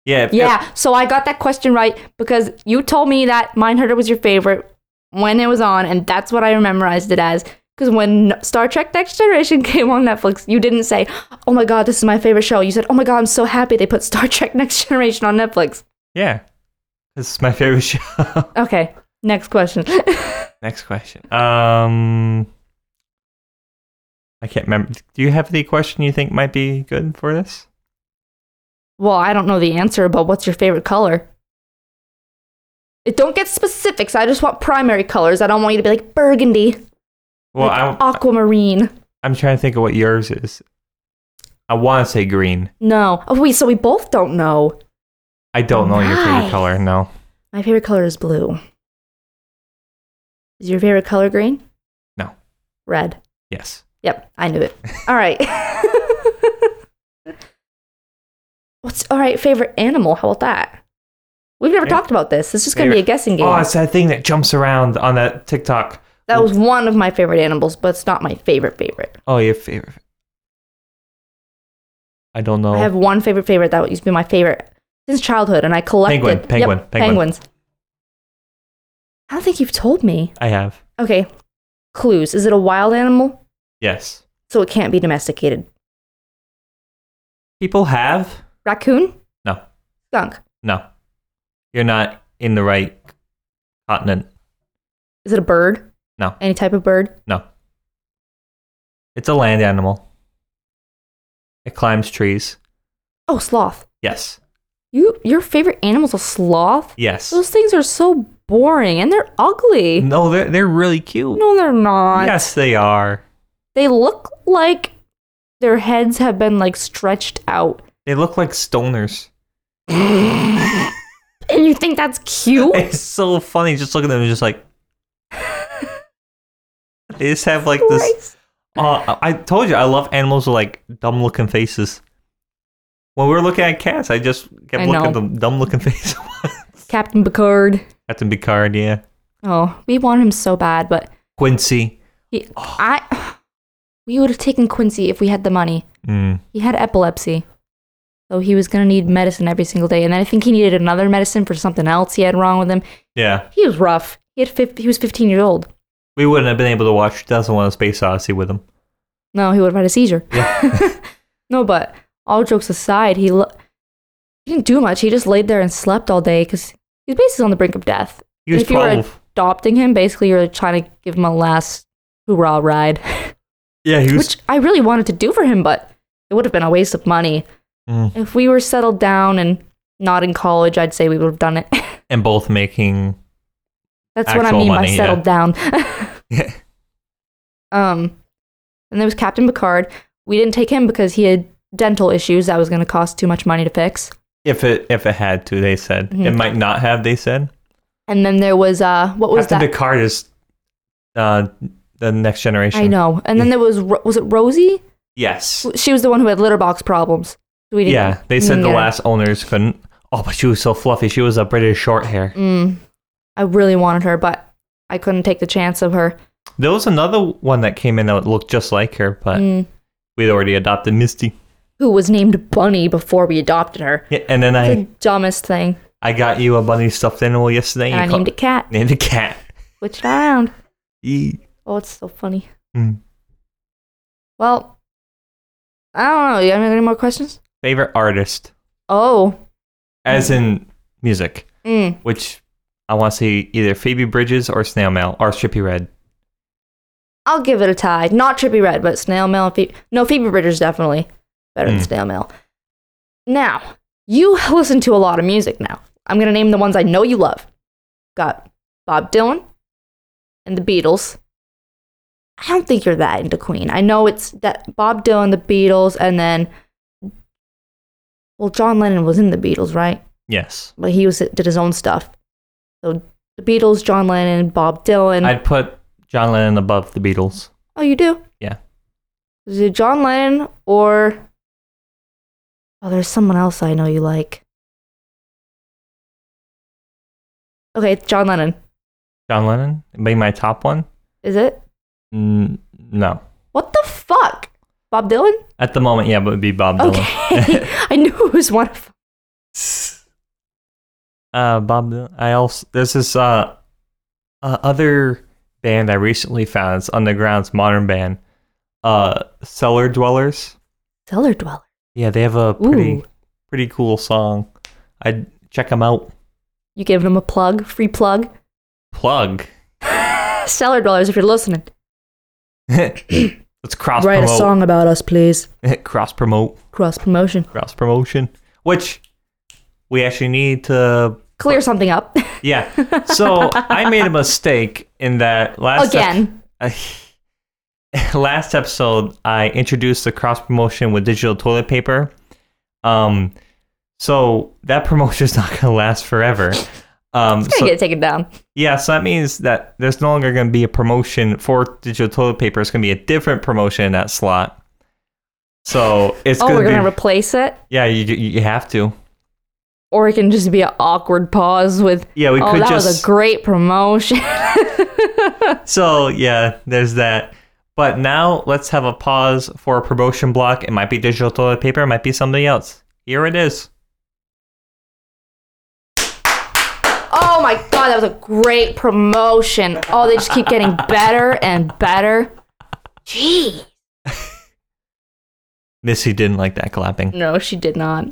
A: Yeah. if-
B: Yeah. So I got that question right because you told me that Mindhunter was your favorite when it was on, and that's what I memorized it as. Because when Star Trek Next Generation came on Netflix, you didn't say, Oh my God, this is my favorite show. You said, Oh my God, I'm so happy they put Star Trek Next Generation on Netflix.
A: Yeah. This is my favorite show.
B: Okay. Next question.
A: Next question. Um, I can't remember. Do you have any question you think might be good for this?
B: well, I don't know the answer, but what's your favorite color? It don't get specifics. I just want primary colors. I don't want you to be like burgundy,
A: Well,
B: like
A: I'm,
B: aquamarine.
A: I'm trying to think of what yours is. I want to say green.
B: No. Oh, wait, so we both don't know.
A: I don't know your favorite
B: Nice.
A: color. No.
B: My favorite color is blue. Is your favorite color green?
A: No.
B: Red.
A: Yes.
B: Yep, I knew it. All right. What's all right, favorite animal? How about that? We've never
A: Yeah.
B: talked about this. It's just going to be a
A: Favorite-
B: guessing game.
A: Oh, it's that thing that jumps around on that TikTok.
B: that was one of my favorite animals, but it's not my favorite favorite.
A: Oh, your favorite. I don't know.
B: I have one favorite favorite that used to be my favorite since childhood, and I collected
A: Penguin,
B: Yep,
A: penguin, penguin.
B: penguins. I don't think you've told me.
A: I have.
B: Okay. Clues. Is it a wild animal?
A: Yes.
B: So it can't be domesticated.
A: People have.
B: Raccoon?
A: No.
B: Skunk.
A: No. You're not in the right continent.
B: Is it a bird?
A: No.
B: Any type of bird?
A: No. It's a land animal. It climbs trees.
B: Oh, sloth.
A: Yes.
B: You your favorite animal's a sloth?
A: Yes.
B: Those things are so boring and they're ugly. No,
A: No, they're they're really cute.
B: they're not.
A: Yes, they are.
B: They look like their heads have been like stretched out.
A: They look like stoners.
B: And you think that's cute?
A: It's so funny just look at them and just like They just have like this
B: Christ.
A: uh, I told you I love animals with like dumb looking faces. When we were looking at cats, I just kept
B: I
A: looking
B: know.
A: at the dumb looking face.
B: Captain Picard.
A: Captain Picard, yeah.
B: Oh, we want him so bad, but
A: Quincy.
B: he, I we would have taken Quincy if we had the money.
A: Mm.
B: he had epilepsy. So he was going to need medicine every single day. And then I think he needed another medicine for something else he had wrong with him.
A: Yeah.
B: He was rough. He, had 50, he was 15 years old.
A: We wouldn't have been able to watch 2001 A Space Odyssey with him.
B: No, he would have had a seizure. no, but all jokes aside, he, lo- he didn't do much. He just laid there and slept all day because he's basically on the brink of death.
A: He was
B: if you were
A: 12.
B: adopting him, basically you're trying to give him a last hoorah ride,
A: Yeah, he was.
B: which I really wanted to do for him, but it would have been a waste of money.
A: Mm.
B: If we were settled down and not in college, I'd say we would have done it.
A: And both making.
B: That's what I
A: actual
B: mean by
A: money,
B: settled
A: yeah.
B: down.
A: Yeah.
B: um, and there was Captain Picard. We didn't take him because he had dental issues that was going to cost too much money to fix.
A: If it if it had to, they said it
B: Mhm.
A: might not have. They said
B: And then there was uh, what was
A: Captain
B: that?
A: Picard is uh, the next generation.
B: I know. And then there was Ro- was it Rosie?
A: Yes.
B: She was the one who had litter box problems. We didn't-
A: Yeah, they
B: we
A: said
B: didn't
A: the
B: get her.
A: last owners couldn't. Oh, but she was so fluffy. She was a British short hair.
B: Mm. I really wanted her, but I couldn't take the chance of her.
A: There was another one that came in that looked just like her, but
B: Mm.
A: we'd already adopted Misty.
B: Who was named Bunny before we adopted her?
A: Yeah, and then
B: The
A: I,
B: dumbest thing.
A: I got you a bunny stuffed animal yesterday.
B: And I
A: you ca-
B: named it Cat.
A: named it cat. E,
B: Which I found.
A: Yee.
B: Oh, it's so funny.
A: Hmm.
B: Well, I don't know. You have any more questions?
A: Favorite artist,
B: Oh.
A: as in music,
B: Mm.
A: which I want to see either Phoebe Bridges or Snail Mail or Strippy Red.
B: I'll give it a tie. Not Trippy Red, but Snail Mail. And Phoebe. No, Phoebe Bridgers definitely better than
A: Hmm.
B: Snail Mail. Now, you listen to a lot of music now. I'm going to name the ones I know you love. Got Bob Dylan and the Beatles. I don't think you're that into Queen. I know it's that Bob Dylan, the Beatles, and then well, John Lennon was in the Beatles, right?
A: Yes.
B: But he was did his own stuff. So the Beatles, John Lennon, Bob Dylan.
A: I'd put John Lennon above the Beatles.
B: Oh, you do?
A: Yeah.
B: Is it John Lennon or. Oh, there's someone else I know you like. Okay, it's John Lennon.
A: John Lennon be my top one.
B: Is it?
A: Mm, no,
B: What the fuck? Bob Dylan?
A: at the moment, yeah, but it'd be Bob Dylan.
B: Okay. I knew it was one of.
A: Uh, Bob Dylan. I also there's this uh, uh other band I recently found. It's underground's modern band, uh, Cellar Dwellers.
B: Cellar Dweller.
A: Yeah, they have a pretty
B: Ooh.
A: pretty cool song. I'd check them out.
B: You gave him a plug, free plug.
A: Plug.
B: Cellar Dwellers, if you're listening.
A: Let's cross
B: Write a
A: promote.
B: song about us, please.
A: cross promote.
B: Cross promotion.
A: Cross promotion. Which we actually need to.
B: Clear something up.
A: Yeah. So I made a mistake in that last ep-
B: Again.
A: last episode I introduced the cross promotion with digital toilet paper. Um, so that promotion is not going to last forever. Um,
B: It's
A: so,
B: gonna get taken down.
A: yeah, so that means that there's no longer going to be a promotion for digital toilet paper. It's going to be a different promotion in that slot. So it's
B: Oh,
A: going
B: we're
A: to be
B: gonna replace it?
A: yeah. You you have to
B: or it can just be an awkward pause with
A: yeah. We
B: oh
A: could
B: that
A: just
B: was a great promotion
A: So yeah, there's that. But now let's have a pause for a promotion block. It might be digital toilet paper, it might be something else. Here it is.
B: oh my god that was a great promotion oh they just keep getting better and better gee
A: Missy didn't like that clapping.
B: no she did not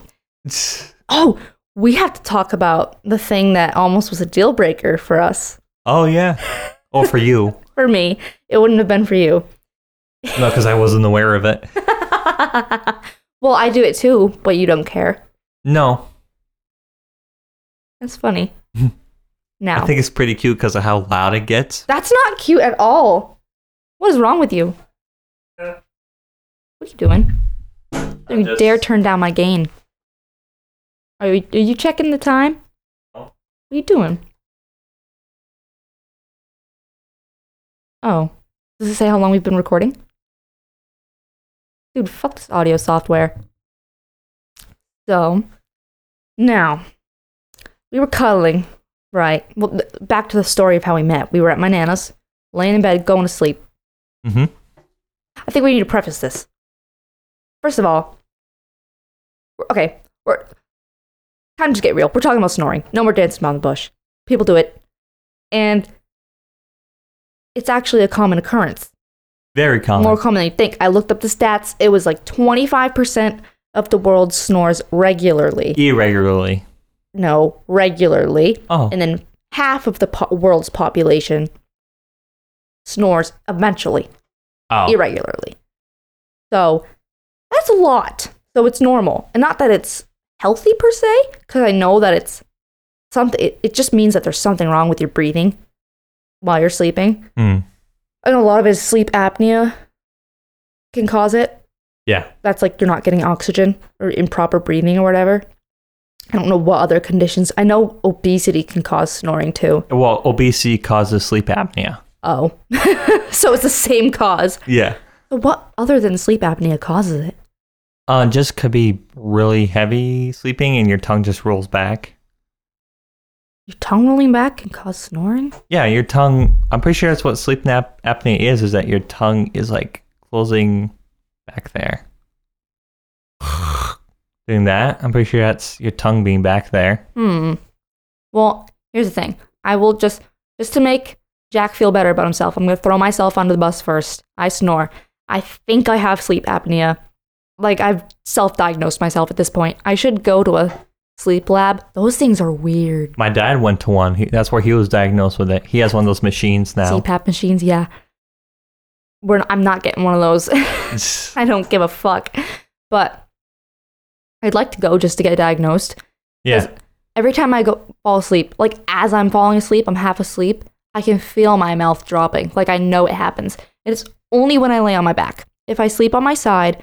B: oh we have to talk about the thing that almost was a deal breaker for us
A: Oh yeah. Oh, for you.
B: for me it wouldn't have been for you
A: No, because I wasn't aware of it.
B: well i do it too but you don't care
A: No,
B: that's funny now
A: I think it's pretty cute because of how loud it gets.
B: That's not cute at all. What is wrong with you? What are you doing? Don't you
A: just-
B: dare turn down my gain. Are you, are you checking the time?
A: No.
B: What are you doing? Oh. Does it say how long we've been recording? Dude, fuck this audio software. So, now, we were cuddling, right? Well, th- back to the story of how we met. We were at my nana's, laying in bed, going to sleep.
A: Mm-hmm.
B: I think we need to preface this. First of all, we're- okay, we're time to just get real. We're talking about snoring. No more dancing around the bush. People do it, and it's actually a common occurrence.
A: Very common.
B: More common than you think. I looked up the stats. It was like 25% of the world snores regularly.
A: Irregularly.
B: No, regularly
A: Oh.
B: and then half of the po- world's population snores eventually
A: oh.
B: irregularly so that's a lot so it's normal and not that it's healthy per se because i know that it's something it, it just means that there's something wrong with your breathing while you're sleeping
A: Mm.
B: and a lot of it is sleep apnea can cause it
A: Yeah.
B: that's like you're not getting oxygen or improper breathing or whatever i don't know what other conditions i know obesity can cause snoring too
A: Well, obesity causes sleep apnea.
B: Oh. so it's the same cause.
A: Yeah.
B: So what other than sleep apnea causes it?
A: Uh, just could be really heavy sleeping and your tongue just rolls back.
B: Your tongue rolling back can cause snoring?
A: Yeah, your tongue. I'm pretty sure that's what sleep nap apnea is. Is that your tongue is like closing back there, doing that? I'm pretty sure that's your tongue being back there.
B: Hmm. Well, here's the thing. I will just just to make Jack feel better about himself. I'm gonna throw myself under the bus first. I snore. I think I have sleep apnea. Like I've self-diagnosed myself at this point. I should go to a sleep lab. Those things are weird.
A: My dad went to one. He, that's where he was diagnosed with it. He has one of those machines now.
B: CPAP machines, yeah. We're not, I'm not getting one of those. I don't give a fuck. But I'd like to go just to get diagnosed.
A: yeah,
B: every time I go fall asleep, like as I'm falling asleep, I'm half asleep, I can feel my mouth dropping. Like I know it happens. And it's only when I lay on my back. If I sleep on my side,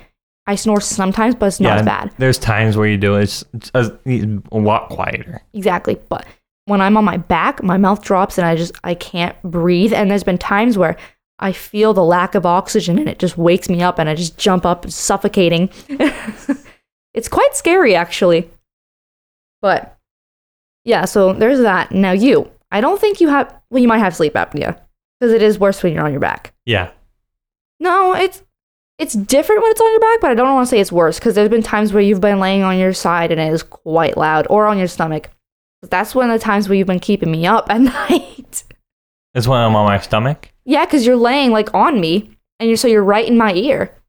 B: I snore sometimes, but it's not
A: yeah.
B: as bad.
A: There's times where you do it. It's, it's a, a lot quieter.
B: Exactly. But when I'm on my back, my mouth drops and I just I can't breathe. And there's been times where I feel the lack of oxygen and it just wakes me up and I just jump up suffocating. it's quite scary actually. But yeah, so there's that. Now you. I don't think you have well you might have sleep apnea because it is worse when you're on your back.
A: Yeah,
B: No, it's it's different when it's on your back, but I don't want to say it's worse because there's been times where you've been laying on your side and it is quite loud, or on your stomach. That's one of the times where you've been keeping me up at night.
A: it's when I'm on my stomach.
B: yeah, because you're laying like on me, and you're so you're right in my ear.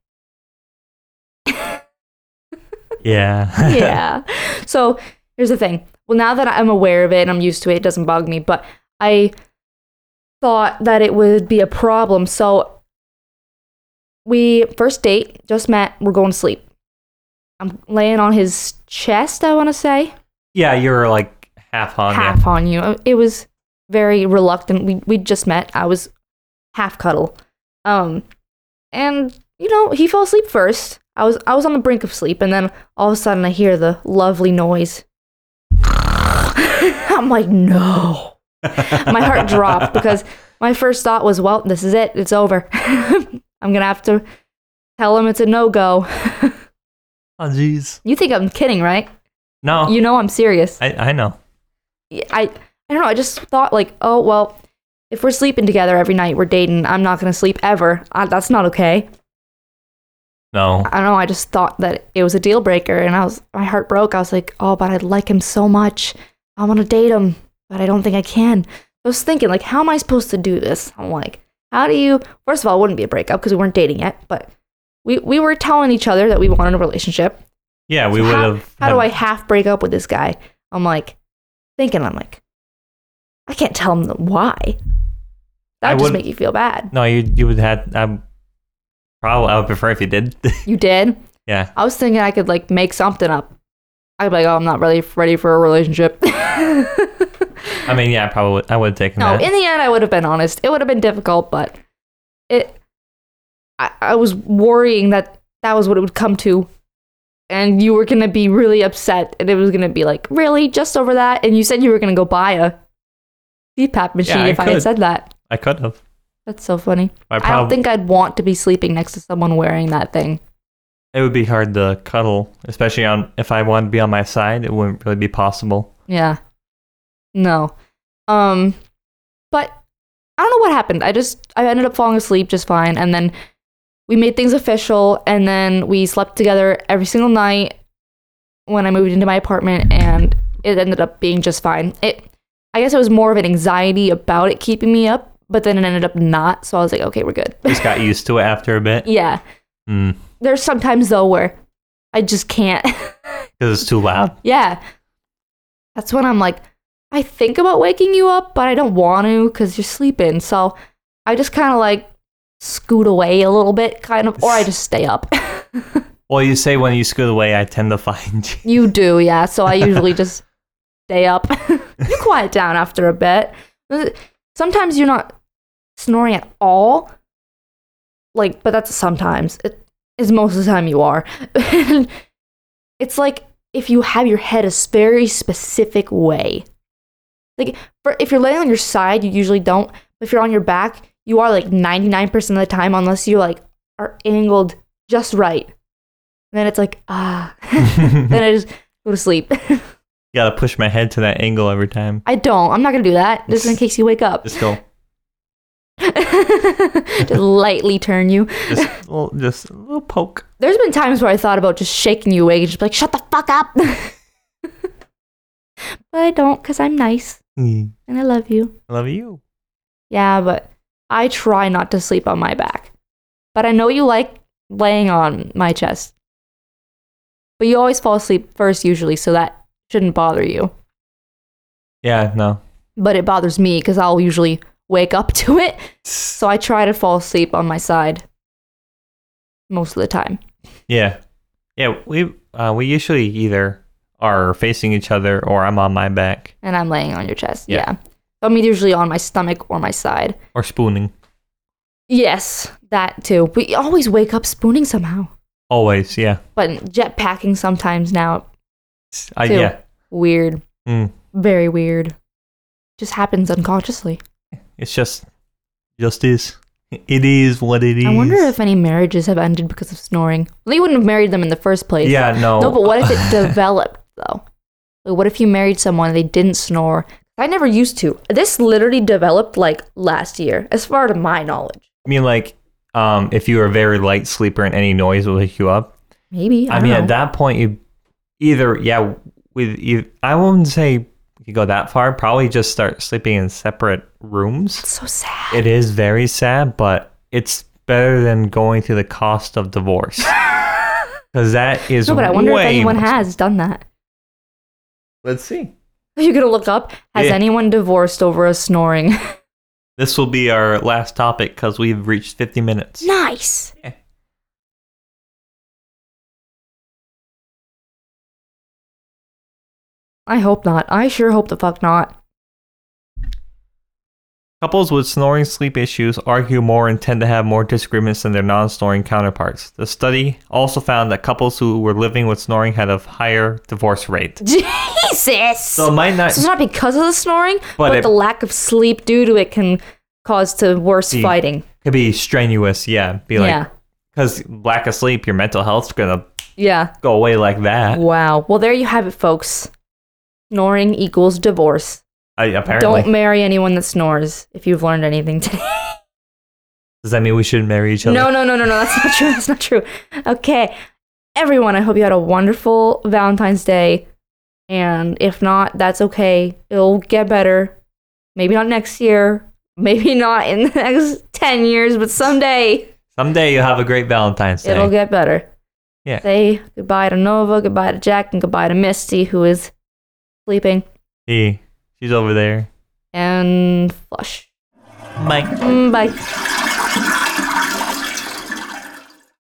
A: Yeah.
B: yeah. So here's the thing. Well, now that I'm aware of it and I'm used to it, it doesn't bug me. But I thought that it would be a problem. So we first date, just met, we're going to sleep. I'm laying on his chest, I want to say,
A: yeah, you were like half on
B: half on you. It was very reluctant. We we just met. I was half cuddle. Um and you know, he fell asleep first. I was I was on the brink of sleep and then all of a sudden I hear the lovely noise. I'm like, "No." my heart dropped because my first thought was, "Well, this is it. It's over. I'm going to have to tell him it's a no-go."
A: Oh, jeez.
B: You think I'm kidding, right?
A: No,
B: You know I'm serious.
A: I, I know.
B: I I don't know. I just thought like, oh well, if we're sleeping together every night, we're dating. I'm not gonna sleep ever. I, that's not okay.
A: No.
B: I don't know. I just thought that it was a deal breaker, and I was my heart broke. I was like, oh, but I like him so much. I want to date him, but I don't think I can. I was thinking like, how am I supposed to do this? I'm like, how do you? First of all, it wouldn't be a breakup because we weren't dating yet, but we we were telling each other that we wanted a relationship.
A: Yeah, we would
B: how,
A: have.
B: how do I half break up with this guy? I'm like thinking, I'm like, I can't tell him the why. That
A: I
B: would just
A: wouldn't-
B: make you feel bad.
A: No, you you would have. Um, probably, I would prefer if you did.
B: You did.
A: yeah.
B: I was thinking I could like make something up. I'd be like, oh, I'm not really f- ready for a relationship.
A: I mean, yeah, I probably would, I would have taken
B: no,
A: that.
B: in the end, I would have been honest. It would have been difficult, but it. I, I was worrying that that was what it would come to, and you were gonna be really upset, and it was gonna be like, really, just over that, and you said you were gonna go buy a CPAP machine
A: I
B: if I had
A: could.
B: said that.
A: I could have.
B: That's so funny.
A: I,
B: I don't
A: probably,
B: think I'd want to be sleeping next to someone wearing that thing.
A: it would be hard to cuddle, especially on if I wanted to be on my side. It wouldn't really be possible.
B: Yeah. No. Um but I don't know what happened. I just I ended up falling asleep just fine and then we made things official and then we slept together every single night when I moved into my apartment and it ended up being just fine. It I guess it was more of an anxiety about it keeping me up, but then it ended up not, so I was like, okay, we're good.
A: Just got used to it after a bit. Mm.
B: yeah.
A: Because
B: There's sometimes though where I just can't
A: it's too loud.
B: Yeah. That's when I'm like, I think about waking you up, but I don't want to because you're sleeping. So I just kind of like scoot away a little bit, kind of, or I just stay up.
A: Well, you say when you scoot away, I tend to find you.
B: you do, yeah. So I usually just stay up. you quiet down after a bit. Uh, Sometimes you're not snoring at all. Like, but that's sometimes. It is most of the time you are. it's like if you have your head a very specific way. Like for, if you're laying on your side, you usually don't. But if you're on your back, you are like 99% of the time, unless you like are angled just right. And then it's like ah, then I just go to sleep.
A: gotta push my head to that angle every time.
B: I don't. I'm not gonna do that. Just in case you wake up.
A: Just go,
B: just lightly turn you.
A: just a little, just a little poke.
B: There's been times where I thought about just shaking you awake and just be like, shut the fuck up. but I don't because I'm nice
A: Mm.
B: and I love you.
A: I love you.
B: Yeah, but I try not to sleep on my back. But I know you like laying on my chest. But you always fall asleep first, usually, so that shouldn't bother you.
A: Yeah, no.
B: But it bothers me because I'll usually wake up to it. So I try to fall asleep on my side most of the time.
A: Yeah, yeah. We uh, we usually either are facing each other or I'm on my back
B: And I'm laying on your chest.
A: Yeah.
B: Yeah. I'm usually on my stomach or my side.
A: or spooning.
B: Yes, that too. We always wake up spooning somehow.
A: Always, yeah.
B: But jet packing sometimes now,
A: I,
B: Two.
A: uh, yeah,
B: weird.
A: Mm.
B: Very weird. Just happens unconsciously.
A: it's just just is. It is what it is.
B: I wonder if any marriages have ended because of snoring. Well, you wouldn't have married them in the first place.
A: Yeah, no.
B: No, but what if it developed though? Like, what if you married someone and they didn't snore? I never used to. This literally developed like last year, as far to my knowledge.
A: I mean, like, um, if you were a very light sleeper and any noise will wake you up.
B: Maybe. I,
A: I,
B: don't
A: mean,
B: know.
A: at that point, you either, yeah, with you, I wouldn't say you go that far. Probably just start sleeping in separate rooms.
B: It's so sad.
A: It is very sad, but it's better than going through the cost of divorce. Because that is
B: No, but I wonder if
A: way
B: anyone
A: more-
B: has done that.
A: Let's see.
B: You're gonna look up. Has
A: Yeah.
B: anyone divorced over a snoring?
A: This will be our last topic because we've reached 50 minutes.
B: nice.
A: Yeah.
B: I hope not. I sure hope the fuck not.
A: Couples with snoring sleep issues argue more and tend to have more disagreements than their non snoring counterparts. The study also found that couples who were living with snoring had a higher divorce rate.
B: Jesus.
A: So it might not
B: So it's not because of the snoring,
A: Uh, But
B: but,
A: it-
B: the lack of sleep due to it can cause to worse
A: See,
B: fighting.
A: could be strenuous, yeah. Be
B: Yeah.
A: like, because lack of sleep, your mental health's gonna
B: Yeah.
A: go away like that.
B: Wow. Well, there you have it, folks. Snoring equals divorce.
A: I, apparently,
B: Don't marry anyone that snores. If you've learned anything today.
A: does that mean we shouldn't marry each other?
B: No, no, no, no, no. That's not true. That's not true. Okay. Everyone, I hope you had a wonderful Valentine's Day. And if not, that's okay. It'll get better. Maybe not next year. Maybe not in the next 10 years, but someday.
A: Someday you'll have a great Valentine's Day.
B: It'll get better.
A: Yeah.
B: Say goodbye to Nova, goodbye to Jack, and goodbye to Misty, who is sleeping,
A: hey, she's over there.
B: and flush.
A: Mike.
B: Mm, Bye.